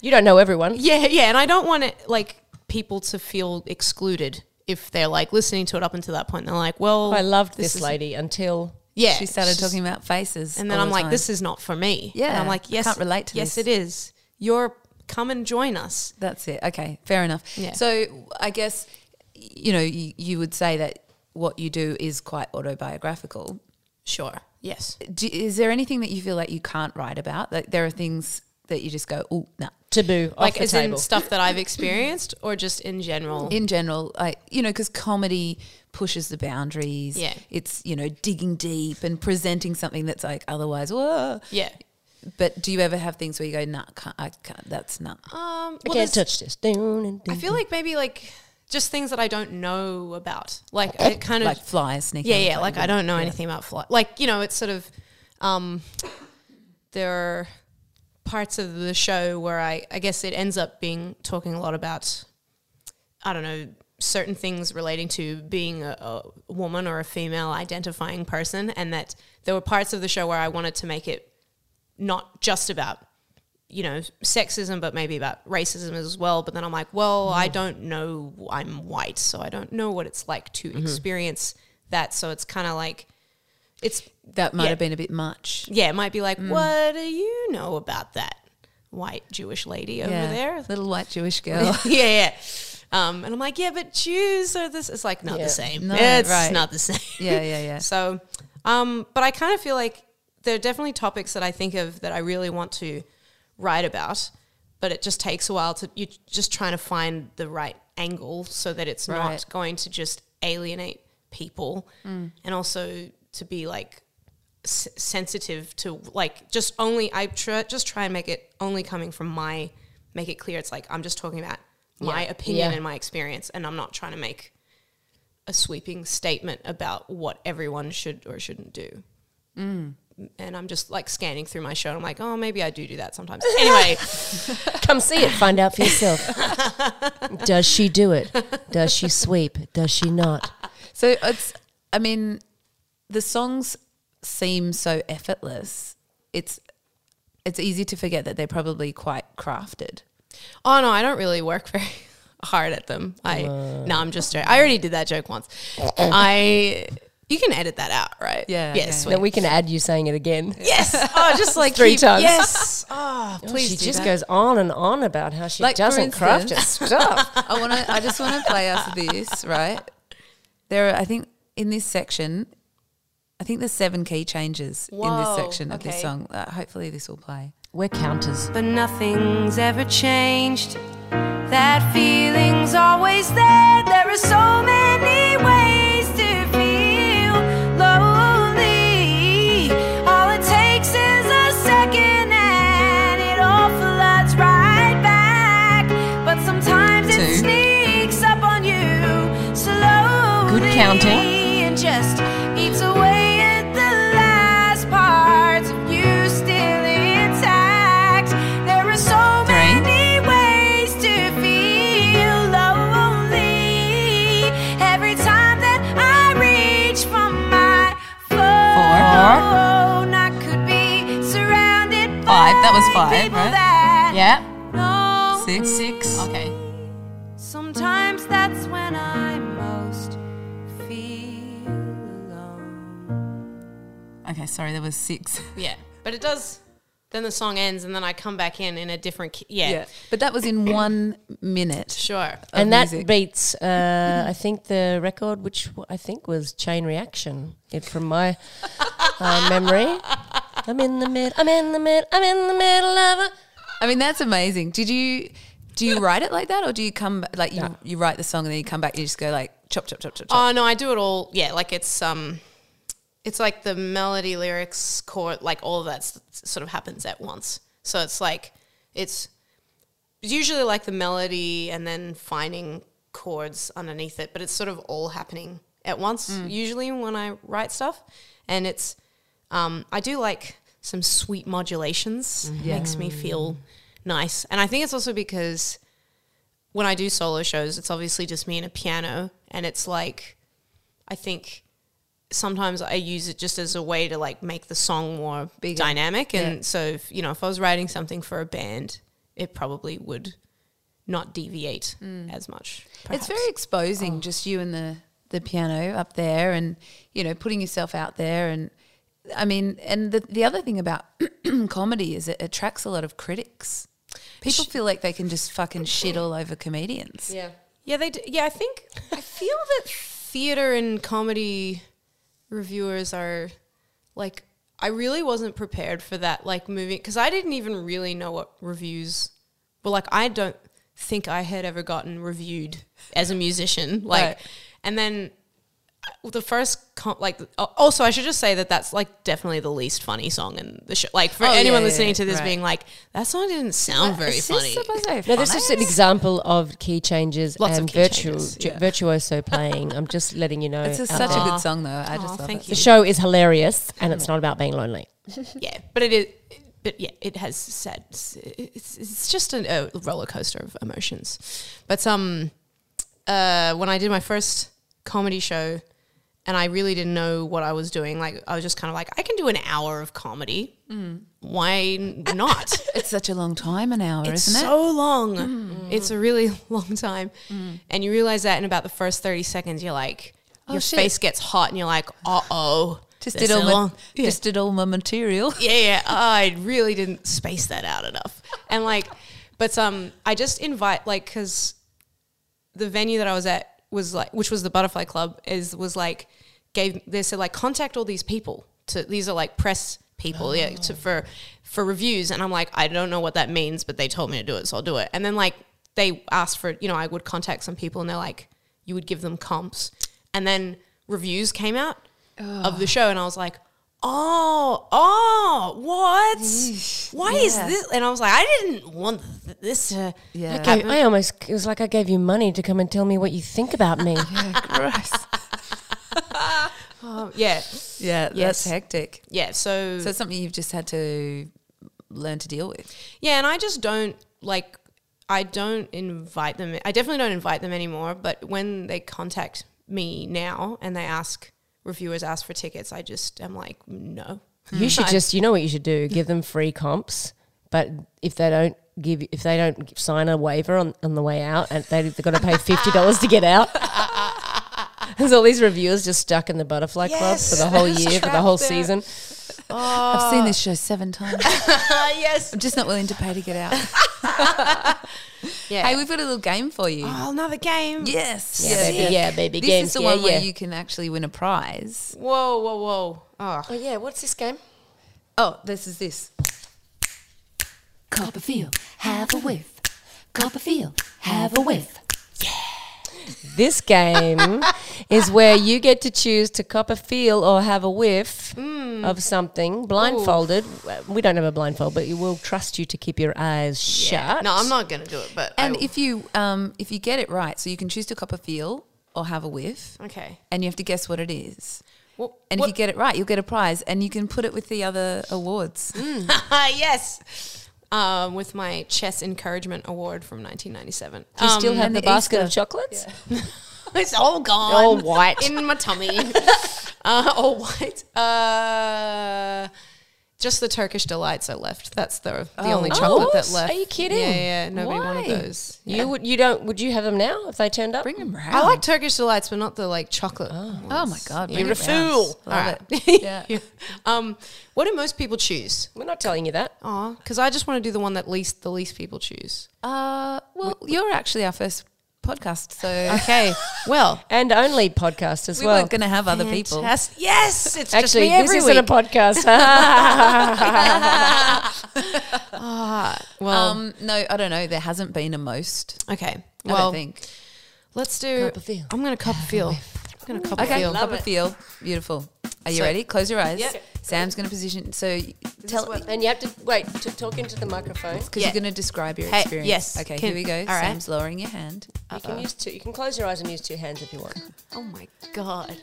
Speaker 2: you don't know everyone.
Speaker 4: Yeah, yeah, and I don't want it like people to feel excluded if they're like listening to it up until that point, they're like, well,
Speaker 2: I loved this,
Speaker 4: is-
Speaker 2: lady until
Speaker 4: Yeah,
Speaker 3: she started
Speaker 4: she's-
Speaker 3: talking about faces,
Speaker 4: and then
Speaker 3: all
Speaker 4: I'm
Speaker 3: the
Speaker 4: like,
Speaker 3: time.
Speaker 4: this is not for me. and
Speaker 3: Yeah,
Speaker 4: I'm like,
Speaker 3: I
Speaker 4: yes,
Speaker 3: can't relate to
Speaker 4: yes,
Speaker 3: this.
Speaker 4: it is. You're come and join us.
Speaker 3: That's it. Okay, fair enough.
Speaker 4: Yeah.
Speaker 3: So I guess you know you, you would say that what you do is quite autobiographical.
Speaker 4: Sure. Yes.
Speaker 3: Do, is there anything that you feel like you can't write about? Like there are things that you just go, oh, no.
Speaker 2: taboo
Speaker 4: Like
Speaker 2: off the
Speaker 4: as
Speaker 2: table.
Speaker 4: in stuff that I've experienced, or just in general.
Speaker 3: In general, like you know, because comedy pushes the boundaries.
Speaker 4: Yeah.
Speaker 3: it's you know digging deep and presenting something that's like otherwise, whoa.
Speaker 4: yeah.
Speaker 3: But do you ever have things where you go, nah, can't, I can't, that's not.
Speaker 4: Um.
Speaker 2: I
Speaker 4: well,
Speaker 2: can't
Speaker 4: there's-
Speaker 2: touch this. Dun, dun,
Speaker 4: I
Speaker 2: dun.
Speaker 4: feel like maybe like just things that I don't know about. Like it kind of
Speaker 3: like flies sneaking.
Speaker 4: yeah
Speaker 3: up
Speaker 4: yeah
Speaker 3: on
Speaker 4: like
Speaker 3: you.
Speaker 4: i don't know anything about flight like you know it's sort of um there are parts of the show where i i guess it ends up being talking a lot about i don't know certain things relating to being a, a woman or a female identifying person and that there were parts of the show where i wanted to make it not just about you know sexism but maybe about racism as well but then i'm like well i don't know i'm white so i don't know what it's like to experience that so it's kind of like it's
Speaker 3: That might
Speaker 4: yeah.
Speaker 3: have been a bit much.
Speaker 4: yeah it might be like what do you know about that white jewish lady over there
Speaker 3: little white Jewish girl.
Speaker 4: yeah yeah um, and i'm like yeah but jews are this it's like not
Speaker 2: Yeah.
Speaker 4: the same
Speaker 3: No,
Speaker 4: it's
Speaker 3: right.
Speaker 4: not the same
Speaker 3: yeah, yeah, yeah.
Speaker 4: so, um, but I kind of feel like there are definitely topics that I think of that I really want to write about, but it just takes a while to you just trying to find the right angle so that it's
Speaker 3: Right. Mm.
Speaker 4: not going to just alienate people and also to be like s- sensitive to like just only I tr- just try and make it only coming from my make it clear it's like I'm just talking about my opinion
Speaker 2: Yeah.
Speaker 4: and my experience and I'm not trying to make a sweeping statement about what everyone should or shouldn't do. Mm. And I'm just like scanning through my show and I'm like, oh, maybe I do do that sometimes. Anyway,
Speaker 2: Come see it. Find out for yourself. Does she do it? Does she sweep? Does she not?
Speaker 3: So it's, I mean, the songs seem so effortless. It's, it's easy to forget that they're probably quite crafted.
Speaker 4: oh no, I don't really work very hard at them. I, no, I'm just joking. I already did that joke once. I, you can edit that out, right?
Speaker 3: Yeah, okay.
Speaker 4: Yes.
Speaker 2: Then we can add you saying it again.
Speaker 4: Yes. Oh, just like
Speaker 2: Three
Speaker 4: keep-
Speaker 2: times.
Speaker 4: Yes.
Speaker 3: Ah,
Speaker 4: Oh, please.
Speaker 2: she
Speaker 4: do
Speaker 2: just
Speaker 4: that.
Speaker 2: goes on and on about how she
Speaker 3: Like, for
Speaker 2: doesn't craft her
Speaker 3: instance-
Speaker 2: stuff.
Speaker 3: I want to. I just want to play us this right. There, are, I think, in this section, I think there's seven key changes in
Speaker 4: Whoa,
Speaker 3: this section of this
Speaker 4: okay.
Speaker 3: song. Uh, hopefully, this will play.
Speaker 2: We're counters.
Speaker 1: But nothing's ever changed. That feeling's always there. There are so many ways to feel lonely. All it takes is a second and it all floods right back. But sometimes it
Speaker 3: Two.
Speaker 1: sneaks up on you slowly.
Speaker 2: Good counting.
Speaker 1: And just eats away at the last parts of you still intact. There are so
Speaker 3: Three.
Speaker 1: many ways to feel lonely. Every time that I reach for my phone, I could be surrounded
Speaker 3: Five.
Speaker 1: by
Speaker 3: That was five,
Speaker 1: people
Speaker 3: right?
Speaker 1: that
Speaker 2: Yeah.
Speaker 1: know
Speaker 3: Six. Six. Okay.
Speaker 1: Sometimes that's when I most feel alone.
Speaker 3: Okay. Sorry, there was six.
Speaker 4: Yeah. But it does. Then the song ends and then I come back in in a different. Key. Yeah.
Speaker 3: But that was in one minute.
Speaker 4: Sure.
Speaker 3: of
Speaker 2: And that
Speaker 3: music.
Speaker 2: beats, uh, I think, the record, which w- I think was Chain Reaction. It from my uh, memory. I'm in the mid. I'm in the mid. I'm in the middle of a.
Speaker 3: I mean, that's amazing. Did you do you write it like that, or do you come like you you write the song and then you come back and you just go like chop chop chop chop chop?
Speaker 4: Oh no, I do it all. Yeah, like it's um, it's like the melody, lyrics, chord, like all of that s- sort of happens at once. So it's like it's usually like the melody and then finding chords underneath it, but it's sort of all happening at once. Usually when I write stuff, and it's um, I do like some sweet modulations. Makes me feel nice, and I think it's also because when I do solo shows, it's obviously just me and a piano, and it's like I think sometimes I use it just as a way to like make the song more dynamic. And so, if, you know, if I was writing something for a band, it probably would not deviate as much.
Speaker 3: It's very exposing, just you and the the piano up there, and you know, putting yourself out there, and I mean, and the the other thing about comedy is it attracts a lot of critics. People feel like they can just fucking shit all over comedians.
Speaker 2: Yeah.
Speaker 4: Yeah, they. Do. Yeah, I think I feel that theater and comedy reviewers are like. I really wasn't prepared for that, like moving, because I didn't even really know what reviews were like. I don't think I had ever gotten reviewed as a musician, like,
Speaker 3: Right.
Speaker 4: and then uh, the first com- like uh, also I should just say that that's like definitely the least funny song in the show. Like for
Speaker 3: Oh, yeah,
Speaker 4: anyone
Speaker 3: yeah,
Speaker 4: listening
Speaker 3: yeah,
Speaker 4: to this,
Speaker 3: right. Uh,
Speaker 4: being like that song didn't sound very
Speaker 3: Is this
Speaker 4: funny.
Speaker 3: supposed to be
Speaker 2: No, this
Speaker 3: funny?
Speaker 2: is an example of key changes
Speaker 4: Lots of
Speaker 2: and
Speaker 4: key
Speaker 2: virtual,
Speaker 4: changes,
Speaker 2: ju-
Speaker 4: yeah.
Speaker 2: virtuoso playing. I'm just letting you know.
Speaker 3: It's a,
Speaker 2: out
Speaker 3: such
Speaker 2: there.
Speaker 3: a good song, though. I just
Speaker 4: Aw,
Speaker 3: love
Speaker 4: thank
Speaker 3: it.
Speaker 4: you.
Speaker 2: The show is hilarious and it's not about being lonely.
Speaker 4: yeah, but it is. But yeah, it has sad. It's, it's just a, a roller coaster of emotions. But um, uh, when I did my first comedy show, and I really didn't know what I was doing. Like I was just kind of like, I can do an hour of comedy. Why not?
Speaker 3: It's such a long time, an hour,
Speaker 4: it's
Speaker 3: isn't it?
Speaker 4: so long. It's a really long time. And you realize that in about the first 30 seconds, you're like, your
Speaker 3: shit.
Speaker 4: face gets hot and you're like, uh oh.
Speaker 3: Just
Speaker 4: this
Speaker 3: did all
Speaker 4: is
Speaker 3: my
Speaker 4: long." Yeah.
Speaker 3: just did all my material.
Speaker 4: yeah, yeah. Uh, I really didn't space that out enough. And like, but um, I just invite like because the venue that I was at was like, which was the Butterfly Club, is was like gave they said like contact all these people. To these are like press people, yeah,
Speaker 3: Oh.
Speaker 4: to, for for reviews. And I'm like, I don't know what that means, but they told me to do it, so I'll do it. And then like they asked for, you know, I would contact some people, and they're like, you would give them comps, and then reviews came out of the show, and I was like. Oh, oh, what? Why is
Speaker 3: yeah.
Speaker 4: this? And I was like, I didn't want th- this to
Speaker 3: Yeah.
Speaker 2: I, I almost, it was like I gave you money to come and tell me what you think about me.
Speaker 3: Gross.
Speaker 4: Oh, yeah,
Speaker 3: Yeah,
Speaker 4: Yes.
Speaker 3: that's hectic.
Speaker 4: yeah. So,
Speaker 3: So it's something you've just had to learn to deal with.
Speaker 4: yeah, and I just don't like. I don't invite them. I definitely don't invite them anymore. But when they contact me now and they ask reviewers ask for tickets, I just am like, no.
Speaker 2: You should just, you know what you should do? Give them free comps, but if they don't give, if they don't sign a waiver on, on the way out, and they, they've got to pay fifty dollars to get out. There's all these reviewers just stuck in the butterfly club for the whole year, for the whole season.
Speaker 3: I've seen this show seven times.
Speaker 4: yes.
Speaker 3: I'm just not willing to pay to get out.
Speaker 4: Yeah.
Speaker 3: hey, we've got a little game for you.
Speaker 4: oh, another game.
Speaker 3: Yes.
Speaker 2: Yeah, baby, yeah, baby
Speaker 3: This
Speaker 2: games.
Speaker 3: is the
Speaker 2: yeah,
Speaker 3: one
Speaker 2: yeah.
Speaker 3: where you can actually win a prize.
Speaker 4: Whoa, whoa, whoa. Oh,
Speaker 2: oh yeah, what's this game?
Speaker 3: Oh, this is this.
Speaker 5: Copperfield, have a whiff. Copperfield, have a whiff.
Speaker 2: This game is where you get to choose to cop a feel or have a whiff
Speaker 4: Mm.
Speaker 2: of something blindfolded. We don't have a blindfold, but we will trust you to keep your eyes shut.
Speaker 4: no, I'm not gonna do it. But
Speaker 3: And
Speaker 4: I,
Speaker 3: if you um, if you get it right, so you can choose to cop a feel or have a whiff,
Speaker 4: okay.
Speaker 3: and you have to guess what it is.
Speaker 4: Well,
Speaker 3: And if you get it right, you'll get a prize, and you can put it with the other awards.
Speaker 4: yes. Um, with my Chess Encouragement Award from 1997.
Speaker 2: Do you
Speaker 4: Um,
Speaker 2: still have
Speaker 3: and
Speaker 2: the,
Speaker 3: the
Speaker 2: basket of
Speaker 3: Easter.
Speaker 2: chocolates?
Speaker 4: it's all gone.
Speaker 2: All white.
Speaker 4: In my tummy. uh, all white. Uh, just the Turkish Delights I left. That's the, the only
Speaker 2: Oh,
Speaker 4: chocolate
Speaker 2: what?
Speaker 4: that left.
Speaker 2: Are you kidding?
Speaker 4: Yeah, yeah. Nobody wanted
Speaker 3: Why?
Speaker 4: those.
Speaker 2: You
Speaker 4: Yeah.
Speaker 2: would you don't would you have them now if they turned up?
Speaker 3: Bring them round.
Speaker 4: I like Turkish Delights, but not the like chocolate.
Speaker 3: Oh my god,
Speaker 4: You're a
Speaker 3: bring it round.
Speaker 4: fool.
Speaker 3: Love it.
Speaker 4: Yeah. Um, what do most people choose?
Speaker 2: We're not telling you that.
Speaker 4: Aw, because I just want to do the one that least the least people choose.
Speaker 3: Uh, well, you're actually our first podcast, so
Speaker 4: Okay. well,
Speaker 2: And only podcast as
Speaker 3: we
Speaker 2: well.
Speaker 3: weren't going to have other people.
Speaker 4: Fantastic. Yes, it's just
Speaker 2: Actually,
Speaker 4: me
Speaker 2: this
Speaker 4: every
Speaker 2: isn't
Speaker 4: week.
Speaker 2: a podcast.
Speaker 4: Ah, well,
Speaker 3: Um, no, I don't know. There hasn't been a most.
Speaker 4: okay.
Speaker 3: I
Speaker 4: Well,
Speaker 3: don't think.
Speaker 4: let's do.
Speaker 2: Cup of feel.
Speaker 4: I'm gonna cup of feel. I'm gonna cup
Speaker 3: Okay,
Speaker 4: of feel.
Speaker 3: cup of feel. Beautiful. Are you
Speaker 4: So-
Speaker 3: ready? Close your eyes.
Speaker 4: Yeah.
Speaker 3: Sam's going to position. So tell because
Speaker 2: and you have to wait to talk into the microphone.
Speaker 4: Yeah.
Speaker 3: you're going to describe your
Speaker 4: Hey,
Speaker 3: experience.
Speaker 4: yes.
Speaker 3: Okay,
Speaker 4: Can-
Speaker 3: here we go.
Speaker 4: all right.
Speaker 3: Sam's lowering your hand.
Speaker 2: You can use two. You can close your eyes and use two hands if you want.
Speaker 4: Oh my god.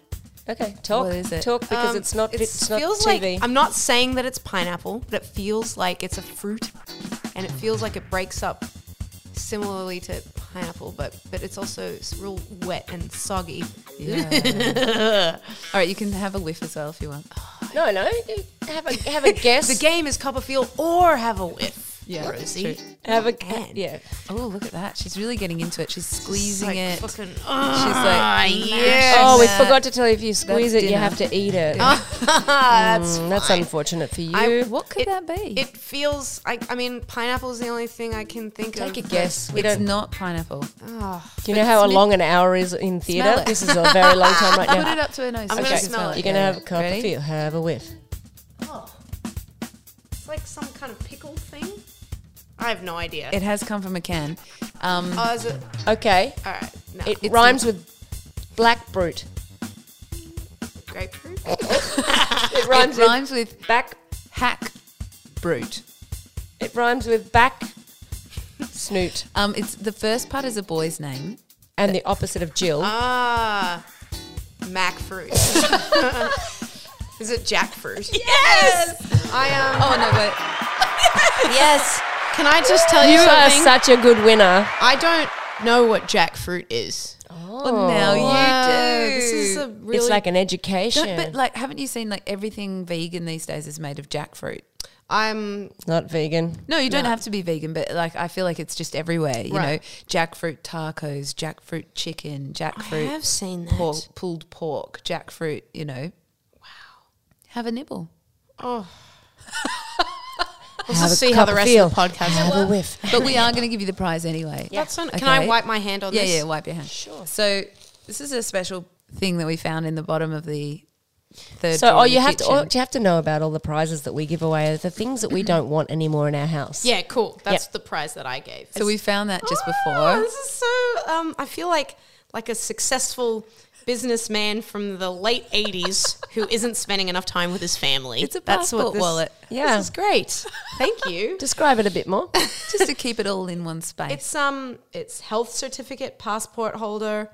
Speaker 2: Okay, talk.
Speaker 3: What is it?
Speaker 2: Talk because
Speaker 4: Um,
Speaker 2: it's not.
Speaker 4: it
Speaker 2: It's, not
Speaker 4: feels
Speaker 2: TV.
Speaker 4: like I'm not saying that it's pineapple, but it feels like it's a fruit, and it feels like it breaks up similarly to pineapple, but but it's also it's real wet and soggy.
Speaker 3: Yeah. all right, you can have a whiff as well if you want.
Speaker 2: no, no. you Have a have a guess.
Speaker 4: The game is cup of feel or have a whiff.
Speaker 3: Yeah,
Speaker 4: Rosie.
Speaker 2: Have a
Speaker 4: And-
Speaker 2: yeah.
Speaker 3: Oh, look at that. She's really getting into it. She's squeezing
Speaker 4: Like
Speaker 3: it.
Speaker 4: fucking,
Speaker 3: She's
Speaker 4: oh,
Speaker 3: like,
Speaker 4: yes.
Speaker 2: Oh, we
Speaker 3: that-
Speaker 2: forgot to tell you if you squeeze it, you
Speaker 3: dinner.
Speaker 2: have to eat it.
Speaker 4: that's
Speaker 2: Mm, that's unfortunate for you.
Speaker 4: I-
Speaker 3: what could
Speaker 4: It-
Speaker 3: that be?
Speaker 4: It feels. I, I mean, pineapple's the only thing I can think of.
Speaker 3: Take a guess.
Speaker 2: we
Speaker 3: it's
Speaker 2: don't-
Speaker 3: not pineapple.
Speaker 4: Oh,
Speaker 2: Do you know how long an hour is in theatre?
Speaker 3: it.
Speaker 2: This is a very long time right
Speaker 3: Put it
Speaker 2: now.
Speaker 3: up to her nose. so
Speaker 4: I'm gonna
Speaker 3: she can
Speaker 4: smell it.
Speaker 2: You're gonna have a
Speaker 3: Yeah.
Speaker 2: cup of
Speaker 3: Ready?
Speaker 2: tea. Have a whiff.
Speaker 4: it's like some kind of pickle thing. I have no idea.
Speaker 3: It has come from a can. Um,
Speaker 4: oh, is it?
Speaker 2: Okay.
Speaker 4: All right. No.
Speaker 2: It rhymes with black brute.
Speaker 4: grapefruit.
Speaker 2: It
Speaker 3: it
Speaker 2: Oh, rhymes with
Speaker 3: rhymes with
Speaker 2: back.
Speaker 3: hack brute.
Speaker 2: It rhymes with back. Snoot.
Speaker 3: Um, it's the first part is a boy's name.
Speaker 2: And the opposite of Jill.
Speaker 4: Ah, mac fruit. is it jackfruit?
Speaker 3: Yes.
Speaker 4: I am.
Speaker 3: Oh no, but
Speaker 4: yes. Can I just tell you,
Speaker 2: you are
Speaker 4: something?
Speaker 2: such a good winner.
Speaker 4: I don't know what jackfruit is. Uh,
Speaker 3: well, now you do.
Speaker 4: This is a Oh, really.
Speaker 2: It's like an education.
Speaker 3: Don't- but like, haven't you seen like everything vegan these days is made of jackfruit?
Speaker 4: I'm.
Speaker 2: Not vegan.
Speaker 3: No, you don't have to be vegan, but like I feel like it's just everywhere. You
Speaker 4: Right.
Speaker 3: know, jackfruit tacos, jackfruit chicken, jackfruit
Speaker 4: seen
Speaker 3: pork, pulled pork, jackfruit. You know, wow. Have a nibble.
Speaker 4: Let's just
Speaker 2: a
Speaker 4: see how
Speaker 2: cup
Speaker 4: the
Speaker 2: of
Speaker 4: rest
Speaker 2: feel.
Speaker 4: of the podcast.
Speaker 2: Have a whiff.
Speaker 3: But we are going to give you the prize anyway.
Speaker 4: That's on, Can I
Speaker 3: Okay.
Speaker 4: wipe my hand on
Speaker 3: yeah,
Speaker 4: this?
Speaker 3: yeah, wipe your hand. Sure. So this is a special thing that we found in the bottom of the third.
Speaker 2: So,
Speaker 3: drawer
Speaker 2: oh,
Speaker 3: in the
Speaker 2: you have to,
Speaker 3: kitchen.
Speaker 2: oh, you have to know about all the prizes that we give away, the things that we don't want anymore in our house.
Speaker 4: Yeah, cool. That's
Speaker 2: Yep.
Speaker 4: the prize that I gave.
Speaker 3: so we found that just
Speaker 4: Oh,
Speaker 3: before.
Speaker 4: This is so. Um, I feel like like a successful businessman from the late '80s who isn't spending enough time with his family.
Speaker 3: It's a
Speaker 4: That's what
Speaker 3: passport
Speaker 4: this-
Speaker 3: wallet.
Speaker 2: Yeah.
Speaker 4: this is great. Thank you.
Speaker 2: Describe it a bit more.
Speaker 3: just to keep it all in one space.
Speaker 4: It's um, it's health certificate, passport holder,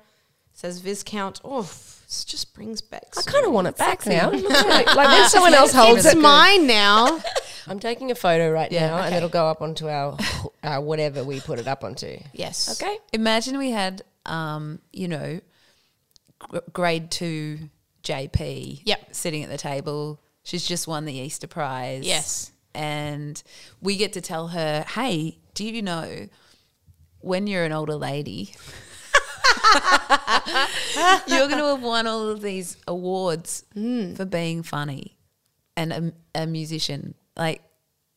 Speaker 4: says Viscount. Oh, this just brings back.
Speaker 2: I
Speaker 4: so-
Speaker 2: kind of want it back now. like when someone else holds
Speaker 4: It's
Speaker 2: it.
Speaker 4: mine now.
Speaker 2: I'm taking a photo right
Speaker 3: Yeah,
Speaker 2: now, and it'll go up onto our, our whatever we put it up onto.
Speaker 4: yes.
Speaker 2: Okay.
Speaker 3: Imagine we had, um, you know, gr- grade two JP
Speaker 4: Yep.
Speaker 3: sitting at the table. She's just won the Easter prize.
Speaker 4: Yes.
Speaker 3: And we get to tell her, hey, do you know when you're an older lady, you're going to have won all of these awards
Speaker 4: Hmm.
Speaker 3: for being funny and a, a musician? Like,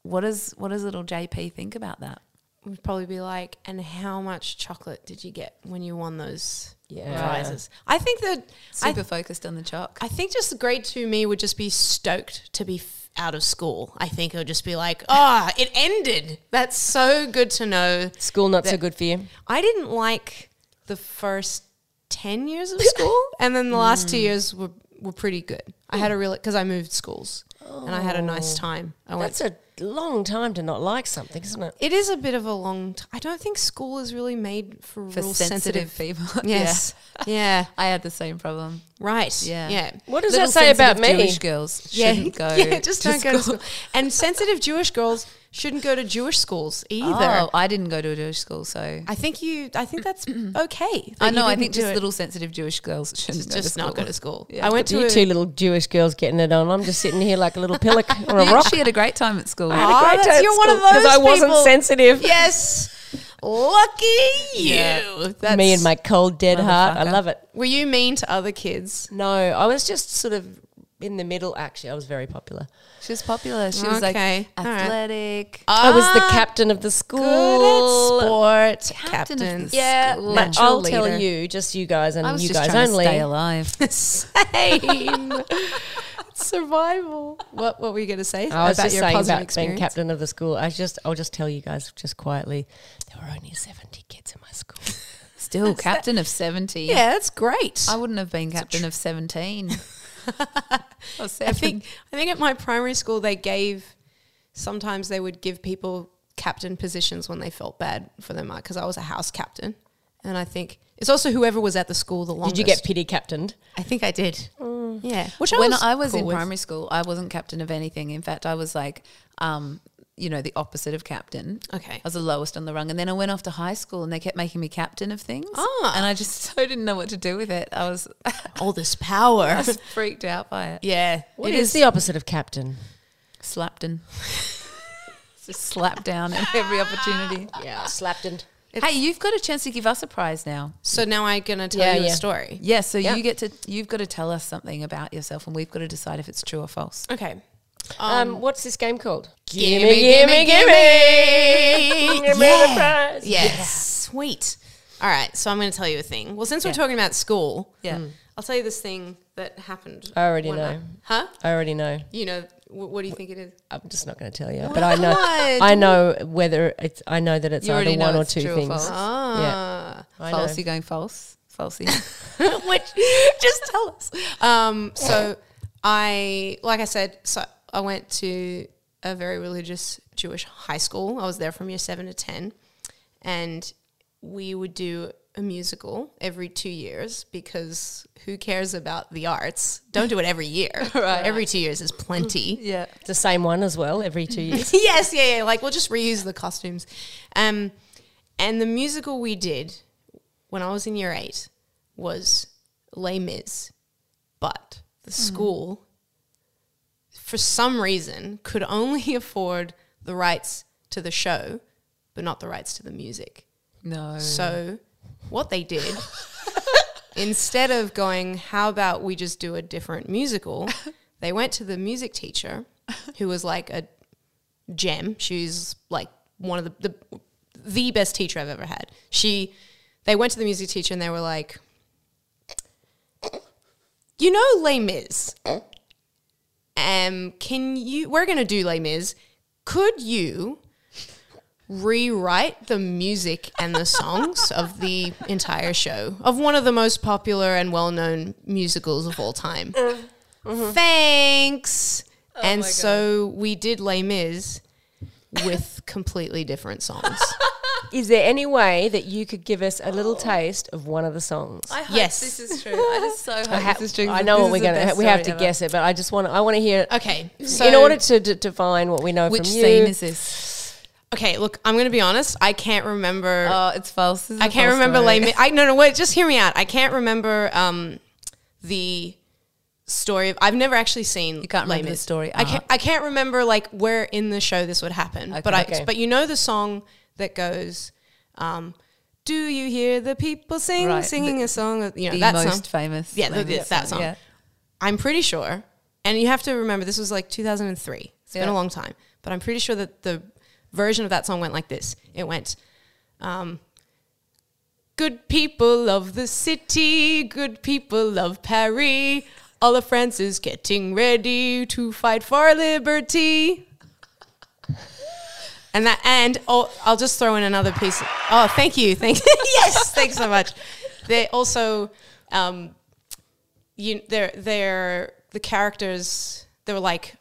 Speaker 3: what does what does little JP think about that?
Speaker 4: Would probably be like, and how much chocolate did you get when you won those
Speaker 2: Yeah.
Speaker 4: prizes? I think that I
Speaker 3: Super focused on the chalk.
Speaker 4: I think just grade two me would just be stoked to be f- out of school. I think it would just be like, ah, it ended. That's so good to know.
Speaker 2: School not so good for you.
Speaker 4: I didn't like the first 10 years of school, and then the last two years were, were pretty good. I had a real, because I moved schools and I had a nice time. I went,
Speaker 2: That's a long time to not like something, isn't it?
Speaker 4: it is a bit of a long time. I don't think school is really made for,
Speaker 3: for
Speaker 4: real
Speaker 3: sensitive,
Speaker 4: sensitive.
Speaker 3: people.
Speaker 4: Yes. yeah.
Speaker 3: I had the same problem.
Speaker 4: Right.
Speaker 3: Yeah.
Speaker 4: Yeah.
Speaker 2: What does
Speaker 3: Little
Speaker 2: that say about
Speaker 3: sensitive
Speaker 2: me?
Speaker 3: Jewish girls
Speaker 4: yeah,
Speaker 3: shouldn't go.
Speaker 4: Yeah, just don't
Speaker 3: to
Speaker 4: go to
Speaker 3: school.
Speaker 4: school. And sensitive Jewish girls shouldn't go to Jewish schools either.
Speaker 3: Oh, I didn't go to a Jewish school, so I,
Speaker 4: I think you. I think that's okay. that you
Speaker 3: know. I
Speaker 4: didn't
Speaker 3: think
Speaker 4: do
Speaker 3: just
Speaker 4: it.
Speaker 3: little sensitive Jewish girls shouldn't go to
Speaker 4: just
Speaker 3: school.
Speaker 4: not go to school.
Speaker 3: Yeah.
Speaker 4: I went to
Speaker 2: You
Speaker 4: a-
Speaker 2: two little Jewish girls getting it on. I'm just sitting here like a little pillock on a rock. Ah,
Speaker 3: She had a great time at school.
Speaker 4: Oh, that's-
Speaker 2: Great
Speaker 4: you're
Speaker 2: at
Speaker 4: one of
Speaker 2: school,
Speaker 4: those
Speaker 2: I wasn't
Speaker 4: people.
Speaker 2: sensitive.
Speaker 4: Yes, lucky you. That's,
Speaker 2: Me and my cold dead heart. I
Speaker 3: Motherfucker.
Speaker 2: love it.
Speaker 4: Were you mean to other kids?
Speaker 2: No, I was just sort of in the middle. Actually, I was very popular.
Speaker 3: She was popular. She was like
Speaker 4: Okay. All right.
Speaker 3: athletic.
Speaker 2: I was the captain of the school.
Speaker 4: Good at Ah, sport,
Speaker 3: Captain of the
Speaker 4: captains.
Speaker 3: Yeah.
Speaker 2: Yeah,
Speaker 3: school.
Speaker 2: but
Speaker 3: Natural
Speaker 2: I'll tell
Speaker 3: leader.
Speaker 2: you, just you guys and
Speaker 3: I was
Speaker 2: you
Speaker 3: just
Speaker 2: guys
Speaker 3: trying to stay
Speaker 2: only.
Speaker 3: alive.
Speaker 4: Same. Survival. What, what were you going to say
Speaker 2: I was
Speaker 4: about
Speaker 2: just
Speaker 4: your
Speaker 2: saying
Speaker 4: positive
Speaker 2: about being
Speaker 4: experience?
Speaker 2: captain of the school. I just, I'll just tell you guys just quietly. There were only seventy kids in my school.
Speaker 3: Still captain of seventy.
Speaker 4: yeah, that's great.
Speaker 3: I wouldn't have been captain of seventeen. Or
Speaker 4: I
Speaker 3: seven.
Speaker 4: think I think at my primary school they gave sometimes they would give people captain positions when they felt bad for their mark because I was a house captain and I think it's also whoever was at the school the longest.
Speaker 2: Did you get pity captained?
Speaker 4: I think I did. Yeah. Which
Speaker 3: when I was
Speaker 4: cool
Speaker 3: in
Speaker 4: with.
Speaker 3: primary school, I wasn't captain of anything. In fact, I was like, um, you know, the opposite of captain.
Speaker 4: Okay.
Speaker 3: I was the lowest on the rung. And then I went off to high school and they kept making me captain of things.
Speaker 4: Ah.
Speaker 3: And I just so didn't know what to do with it. I was, I
Speaker 4: all this power.
Speaker 3: was freaked out by it.
Speaker 4: yeah.
Speaker 2: What
Speaker 4: it
Speaker 2: is, the opposite of captain?
Speaker 3: Slapton. Just slap down at every opportunity.
Speaker 2: Yeah, slapped and
Speaker 3: hey, you've got a chance to give us a prize now.
Speaker 4: So now I'm gonna tell
Speaker 2: Yeah,
Speaker 4: you
Speaker 2: yeah.
Speaker 4: a story.
Speaker 3: Yeah, so
Speaker 2: Yeah.
Speaker 3: you get to you've got to tell us something about yourself and we've got to decide if it's true or false.
Speaker 4: Okay.
Speaker 2: Um, what's this game called?
Speaker 4: Gimme, gimme,
Speaker 2: gimme! Gimme the
Speaker 3: Yeah.
Speaker 2: prize.
Speaker 4: Yes. Sweet. All right. So I'm going to tell you a thing. Well, since we're talking about school,
Speaker 3: Yeah.
Speaker 4: I'll tell you this thing that happened.
Speaker 2: I already
Speaker 4: one
Speaker 2: know.
Speaker 4: night. Huh?
Speaker 2: I already know.
Speaker 4: You know, wh- what do you think it is?
Speaker 2: I'm just not going to tell you, but I know.
Speaker 4: What?
Speaker 2: I know whether it's. I know that it's
Speaker 3: You
Speaker 2: either
Speaker 3: already know
Speaker 2: one or
Speaker 3: it's
Speaker 2: two
Speaker 3: true or
Speaker 2: things.
Speaker 3: false.
Speaker 4: Ah.
Speaker 2: I
Speaker 3: false,
Speaker 2: know.
Speaker 3: you're going false. Falsey.
Speaker 4: Which, just tell us. Um, so I, like I said, so I went to a very religious Jewish high school. I was there from year seven to 10. And we would do a musical every two years because who cares about the arts? Don't do it every year. Every two years is plenty.
Speaker 3: yeah.
Speaker 2: It's the same one as well every two years.
Speaker 4: yes, yeah, yeah. Like we'll just reuse the costumes. Um, and the musical we did when I was in year eight was Les Mis, but the school, for some reason, could only afford the rights to the show, but not the rights to the music.
Speaker 3: No.
Speaker 4: So, what they did, instead of going, how about we just do a different musical, they went to the music teacher, who was like a gem. She's like one of the, the the best teacher I've ever had. She, they went to the music teacher and they were like, you know, Les Mis. Um, can you? We're gonna do Les Mis. Could you rewrite the music and the songs of the entire show of one of the most popular and well-known musicals of all time.
Speaker 2: Uh, mm-hmm.
Speaker 4: Thanks.
Speaker 2: Oh
Speaker 4: and so we did Les Mis with completely different songs.
Speaker 2: Is there any way that you could give us a little taste of one of the songs? I,
Speaker 4: yes.
Speaker 3: is true. I just so hope
Speaker 2: ha- I know what we're going to. We have to guess it, but I just want. to I want to hear.
Speaker 4: okay. So
Speaker 2: in order to d- define what we know
Speaker 3: Which
Speaker 2: from you,
Speaker 3: scene is this?
Speaker 4: Okay, look, I'm going to be honest. I can't remember
Speaker 3: Oh, it's false.
Speaker 4: I can't remember Les Mis. I no no wait, just hear me out. I can't remember um the story of I've never actually seen You
Speaker 3: can't remember the story Uh-huh.
Speaker 4: I can't
Speaker 3: arc.
Speaker 4: I can't remember like where in the show this would happen. but I
Speaker 2: Okay.
Speaker 4: but you know the song that goes um do you hear the people sing
Speaker 3: Right,
Speaker 4: singing a song of-" you know
Speaker 3: The
Speaker 4: that
Speaker 3: most
Speaker 4: song.
Speaker 3: famous.
Speaker 4: Yeah,
Speaker 3: Les
Speaker 4: the-
Speaker 3: Mis
Speaker 4: that song.
Speaker 3: Yeah.
Speaker 4: I'm pretty sure, and you have to remember this was like 2003. It's been
Speaker 3: Yeah.
Speaker 4: a long time, but I'm pretty sure that the version of that song went like this. It went, um, "Good people of the city, good people of Paris, all of France is getting ready to fight for liberty." And that, and oh, I'll just throw in another piece. Oh, thank you, thank yes, thanks so much. They also, um, you, they're they're the characters. They're like,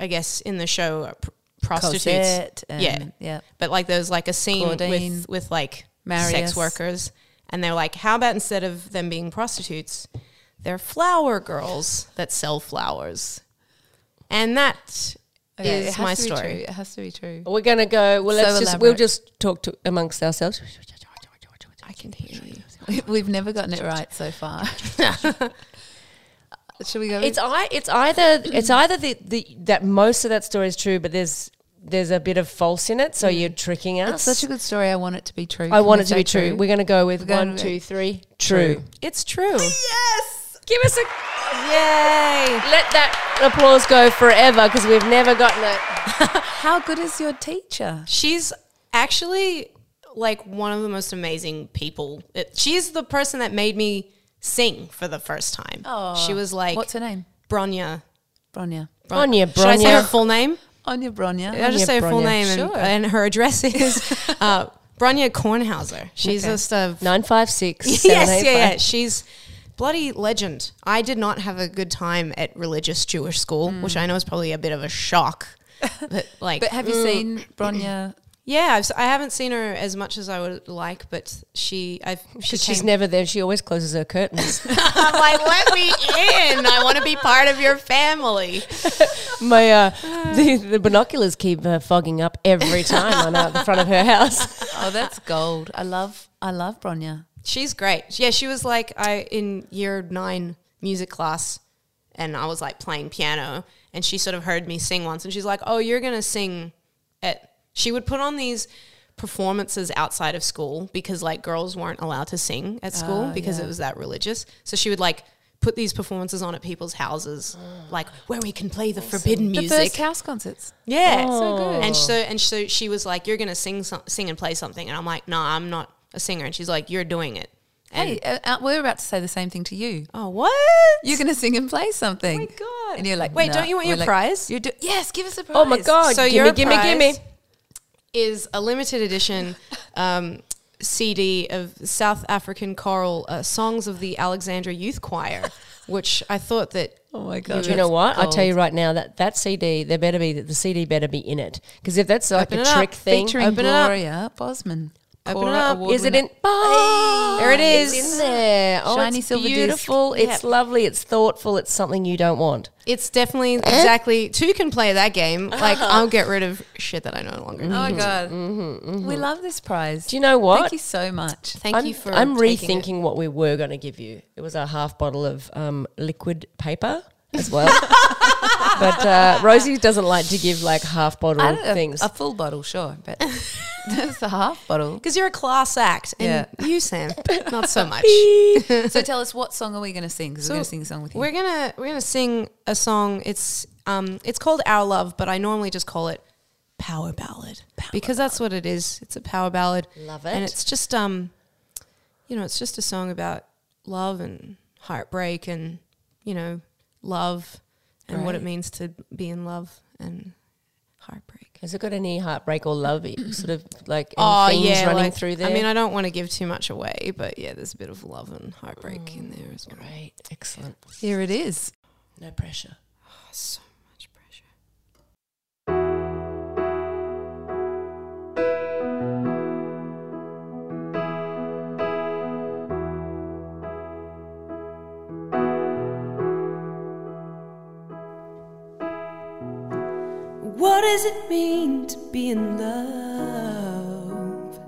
Speaker 4: I guess in the show, are pr- prostitutes.
Speaker 3: Cosette and-
Speaker 4: yeah,
Speaker 3: yeah.
Speaker 4: But like, there's like a scene
Speaker 3: Claudine.
Speaker 4: with with like
Speaker 3: Marius.
Speaker 4: sex workers, and they're like, how about instead of them being prostitutes, they're flower girls that sell flowers, and that is
Speaker 3: Okay, it has
Speaker 4: my
Speaker 3: to be
Speaker 4: story.
Speaker 3: true. It has to be true.
Speaker 2: we're going to go. Well, let's
Speaker 3: So
Speaker 2: just. We'll
Speaker 3: elaborate.
Speaker 2: just talk to amongst ourselves.
Speaker 4: I can hear you.
Speaker 3: We- We've never gotten it right so far. Should we go?
Speaker 2: It's I. It's either. It's either the, the that most of that story is true, but there's there's a bit of false in it, so you're tricking us.
Speaker 3: It's such a good story. I want it to be true.
Speaker 2: I
Speaker 3: Can
Speaker 2: want
Speaker 3: we
Speaker 2: it to be
Speaker 3: say
Speaker 2: true. We're going to go with
Speaker 3: gonna
Speaker 2: one,
Speaker 3: go-
Speaker 2: two, three. True.
Speaker 4: It's true.
Speaker 2: Yes. Give us a.
Speaker 4: Yay!
Speaker 2: Let that applause go forever because we've never gotten it.
Speaker 3: How good is your teacher?
Speaker 4: She's actually like one of the most amazing people. It- She's the person that made me sing for the first time. Oh, she was like
Speaker 3: What's her name?
Speaker 4: Bronya.
Speaker 3: Bronya.
Speaker 4: Bron-
Speaker 2: Bronya,
Speaker 4: Should I say
Speaker 2: Bronya.
Speaker 4: her full name?
Speaker 3: Anya Bronya.
Speaker 4: I'll just
Speaker 2: Bronya,
Speaker 4: say her full
Speaker 2: Bronya.
Speaker 4: name and,
Speaker 3: Sure.
Speaker 4: and her address is uh, Bronya Kornhauser. She's
Speaker 3: Okay.
Speaker 4: just a
Speaker 2: Nine five six.
Speaker 4: yes, yeah, yeah. She's bloody legend. I did not have a good time at religious Jewish school, which I know is probably a bit of a shock. But like,
Speaker 3: Mm. But
Speaker 2: Mm.
Speaker 3: have you seen Bronya?
Speaker 4: yeah, I've, s- I haven't seen her as much as I would like, but she, I've, she
Speaker 2: She's
Speaker 4: came-
Speaker 2: never there. She always closes her curtains.
Speaker 4: I'm like, let me in. I want to be part of your family.
Speaker 2: My uh, the, the binoculars keep uh, fogging up every time I'm out the front of her house.
Speaker 3: Oh, that's gold. I love. I love Bronya.
Speaker 4: She's great. Yeah, she was like I in year nine music class, and I was like playing piano, and she sort of heard me sing once, and she's like, "Oh, you're gonna sing at She would put on these performances outside of school because like girls weren't allowed to sing at school because it was that religious. So she would like put these performances on at people's houses, like where we can play the forbidden
Speaker 3: The
Speaker 4: music.
Speaker 3: first house concerts.
Speaker 4: Yeah,
Speaker 2: So good.
Speaker 4: And so and so she was like, "You're gonna sing some, sing and play something," and I'm like, "No, I'm not a singer." And she's like, "You're doing it." And
Speaker 3: Hey, uh, uh, we're about to say the same thing to you.
Speaker 4: oh, what? Oh
Speaker 3: You're going to sing and play something.
Speaker 4: my God.
Speaker 3: And you're like,
Speaker 4: Wait,
Speaker 3: "Nah."
Speaker 4: don't you want your
Speaker 3: We're like,
Speaker 4: prize?
Speaker 3: You're do- yes, give us a prize.
Speaker 2: Oh my god!
Speaker 4: So
Speaker 2: gimme,
Speaker 4: your
Speaker 2: gimme, gimme!
Speaker 4: prize- is a limited edition um, CD of South African choral uh, songs of the Alexandra Youth Choir, which I thought that
Speaker 3: Oh my god!
Speaker 2: Do you know what? I tell you right now that that CD, there better be the CD better be in it because if that's like
Speaker 4: Open
Speaker 2: a
Speaker 4: it up.
Speaker 2: trick thing,
Speaker 3: Featuring
Speaker 4: Open it up.
Speaker 3: Gloria Bosman.
Speaker 4: Open
Speaker 3: Cora
Speaker 4: it up.
Speaker 3: Award
Speaker 2: is it
Speaker 3: winner.
Speaker 2: in? Oh,
Speaker 4: There it
Speaker 2: It's
Speaker 4: is.
Speaker 2: in there. Oh,
Speaker 3: Shiny
Speaker 2: it's
Speaker 3: silver disc.
Speaker 2: beautiful. It's lovely. It's thoughtful. It's something you don't want.
Speaker 4: it's definitely
Speaker 2: Eh?
Speaker 4: exactly two can play that game. Like I'll get rid of shit that I no longer need.
Speaker 3: Oh my god! Mm-hmm, We love this prize.
Speaker 2: Do you know what?
Speaker 3: Thank you so much.
Speaker 4: Thank
Speaker 2: I'm,
Speaker 4: you for.
Speaker 2: I'm
Speaker 4: taking it.
Speaker 2: rethinking what we were going to give you. It was a half bottle of um, liquid paper as well. but uh, Rosie doesn't like to give like half
Speaker 3: I
Speaker 2: bottle
Speaker 3: don't- a-
Speaker 2: things.
Speaker 3: A full bottle, sure, but that's a half bottle.
Speaker 4: Because you're a class act, and you, Sam, not so much.
Speaker 3: So tell us, what song are we going to sing? Because we're going to sing a song with you.
Speaker 4: We're gonna we're gonna sing a song. It's um it's called Our Love, but I normally just call it Power Ballad because that's what it is. It's a power ballad.
Speaker 2: Love
Speaker 4: And
Speaker 2: it.
Speaker 4: it's just um, you know, it's just a song about love and heartbreak and you know love and what it means to be in love and heartbreak.
Speaker 2: Has it got any heartbreak or love sort of like any
Speaker 4: Oh
Speaker 2: themes
Speaker 4: yeah,
Speaker 2: running
Speaker 4: like-
Speaker 2: through there?
Speaker 4: I mean, I don't want to give too much away, but yeah, there's a bit of love and heartbreak in there as well.
Speaker 2: Oh, Great, excellent.
Speaker 3: Here it is.
Speaker 2: No pressure.
Speaker 4: So much pressure.
Speaker 1: What does it mean to be in love?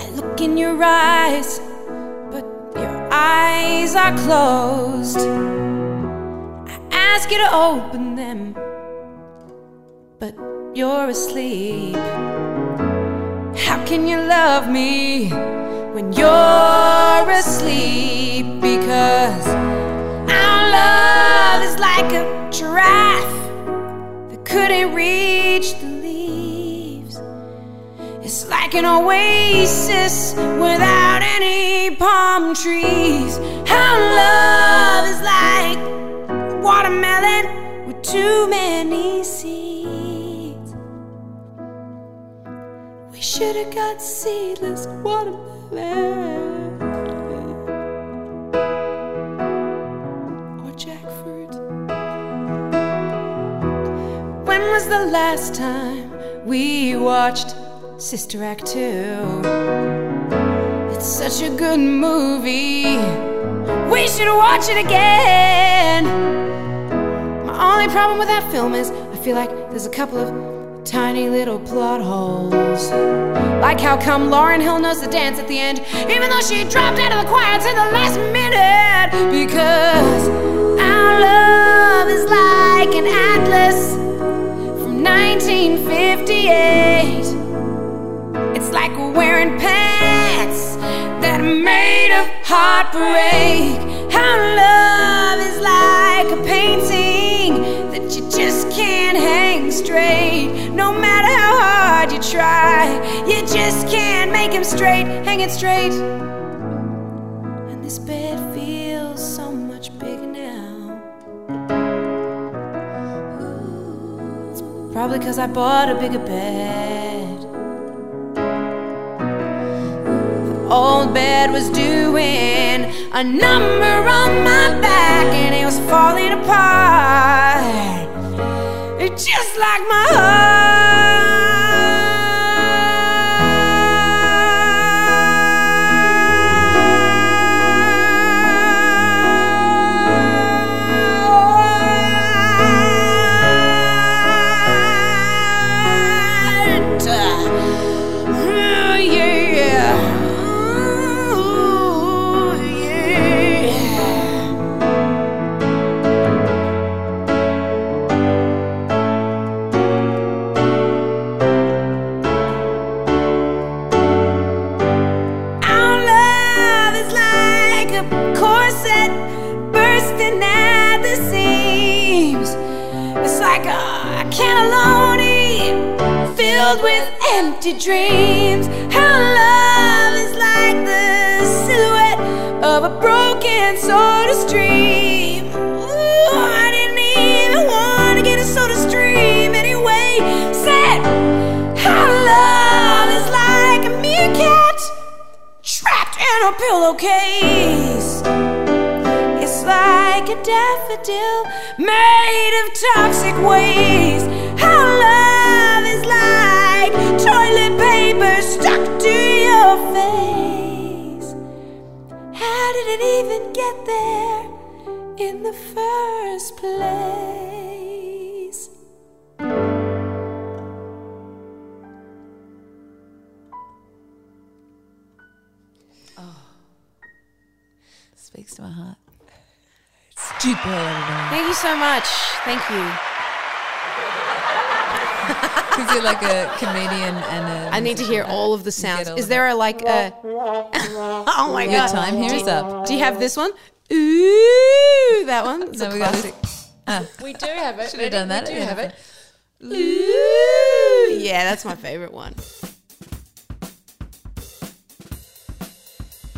Speaker 1: I look in your eyes, but your eyes are closed. I ask you to open them, but you're asleep. How can you love me when you're asleep? Because our love is like a giraffe that couldn't reach the leaves. It's like an oasis without any palm trees. Our love is like a watermelon with too many seeds. We should have got seedless watermelon or jackfruit? When was the last time we watched Sister Act 2? It's such a good movie. We should watch it again. My only problem with that film is I feel like there's a couple of tiny little plot holes. Like how come Lauren Hill knows the dance at the end, even though she dropped out of the choir to the last minute. Because our love is like an atlas from 1958. It's like we're wearing pants that are made of heartbreak. Our love is like a painting that you just can't hang straight. No matter how hard you try, you just can't make him straight, hang it straight. And this bed feels so much bigger now. Probably because I bought a bigger bed. The old bed was doing a number on my back and it was falling apart. It's just like my heart. Yeah, yeah. Ooh, yeah. corset bursting at the seams. It's like a cannelloni filled with empty dreams. How love is like the silhouette of a broken soda stream. Ooh, I didn't even want to get a soda stream anyway. Said how love is like a meerkat trapped in a pillowcase. It's like a daffodil made of toxic waste. How love is like toilet paper stuck to your face. How did it even get there in the first place?
Speaker 3: Speaks to my heart.
Speaker 4: Thank you so much. Thank you.
Speaker 3: Because you're like a comedian and a
Speaker 4: I need to hear all of the sounds.
Speaker 3: all
Speaker 4: Is
Speaker 3: of
Speaker 4: there a like a? oh my
Speaker 3: your
Speaker 4: god!
Speaker 3: time here is up.
Speaker 4: Do you have this one? Ooh, that one. It's a
Speaker 3: No, we got
Speaker 4: classic.
Speaker 2: We do have it. Should
Speaker 3: have ah, done that.
Speaker 2: We do
Speaker 3: Yeah.
Speaker 2: have it.
Speaker 4: Ooh, yeah, that's my favorite one.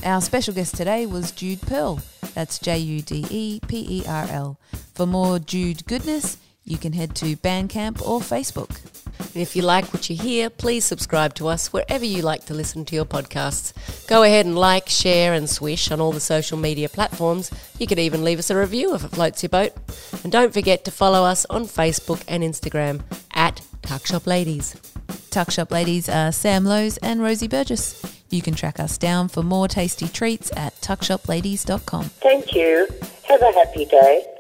Speaker 3: Our special guest today was Jude Pearl. That's J U D E P E R L. For more Jude goodness, you can head to Bandcamp or Facebook.
Speaker 2: And if you like what you hear, please subscribe to us wherever you like to listen to your podcasts. Go ahead and like, share, and swish on all the social media platforms. You could even leave us a review if it floats your boat. And don't forget to follow us on Facebook and Instagram at Tuck Shop Ladies.
Speaker 3: Tuck Shop ladies are Sam Lowe's and Rosie Burgess. You can track us down for more tasty treats at tuckshopladies.com.
Speaker 6: Thank you. Have a happy day.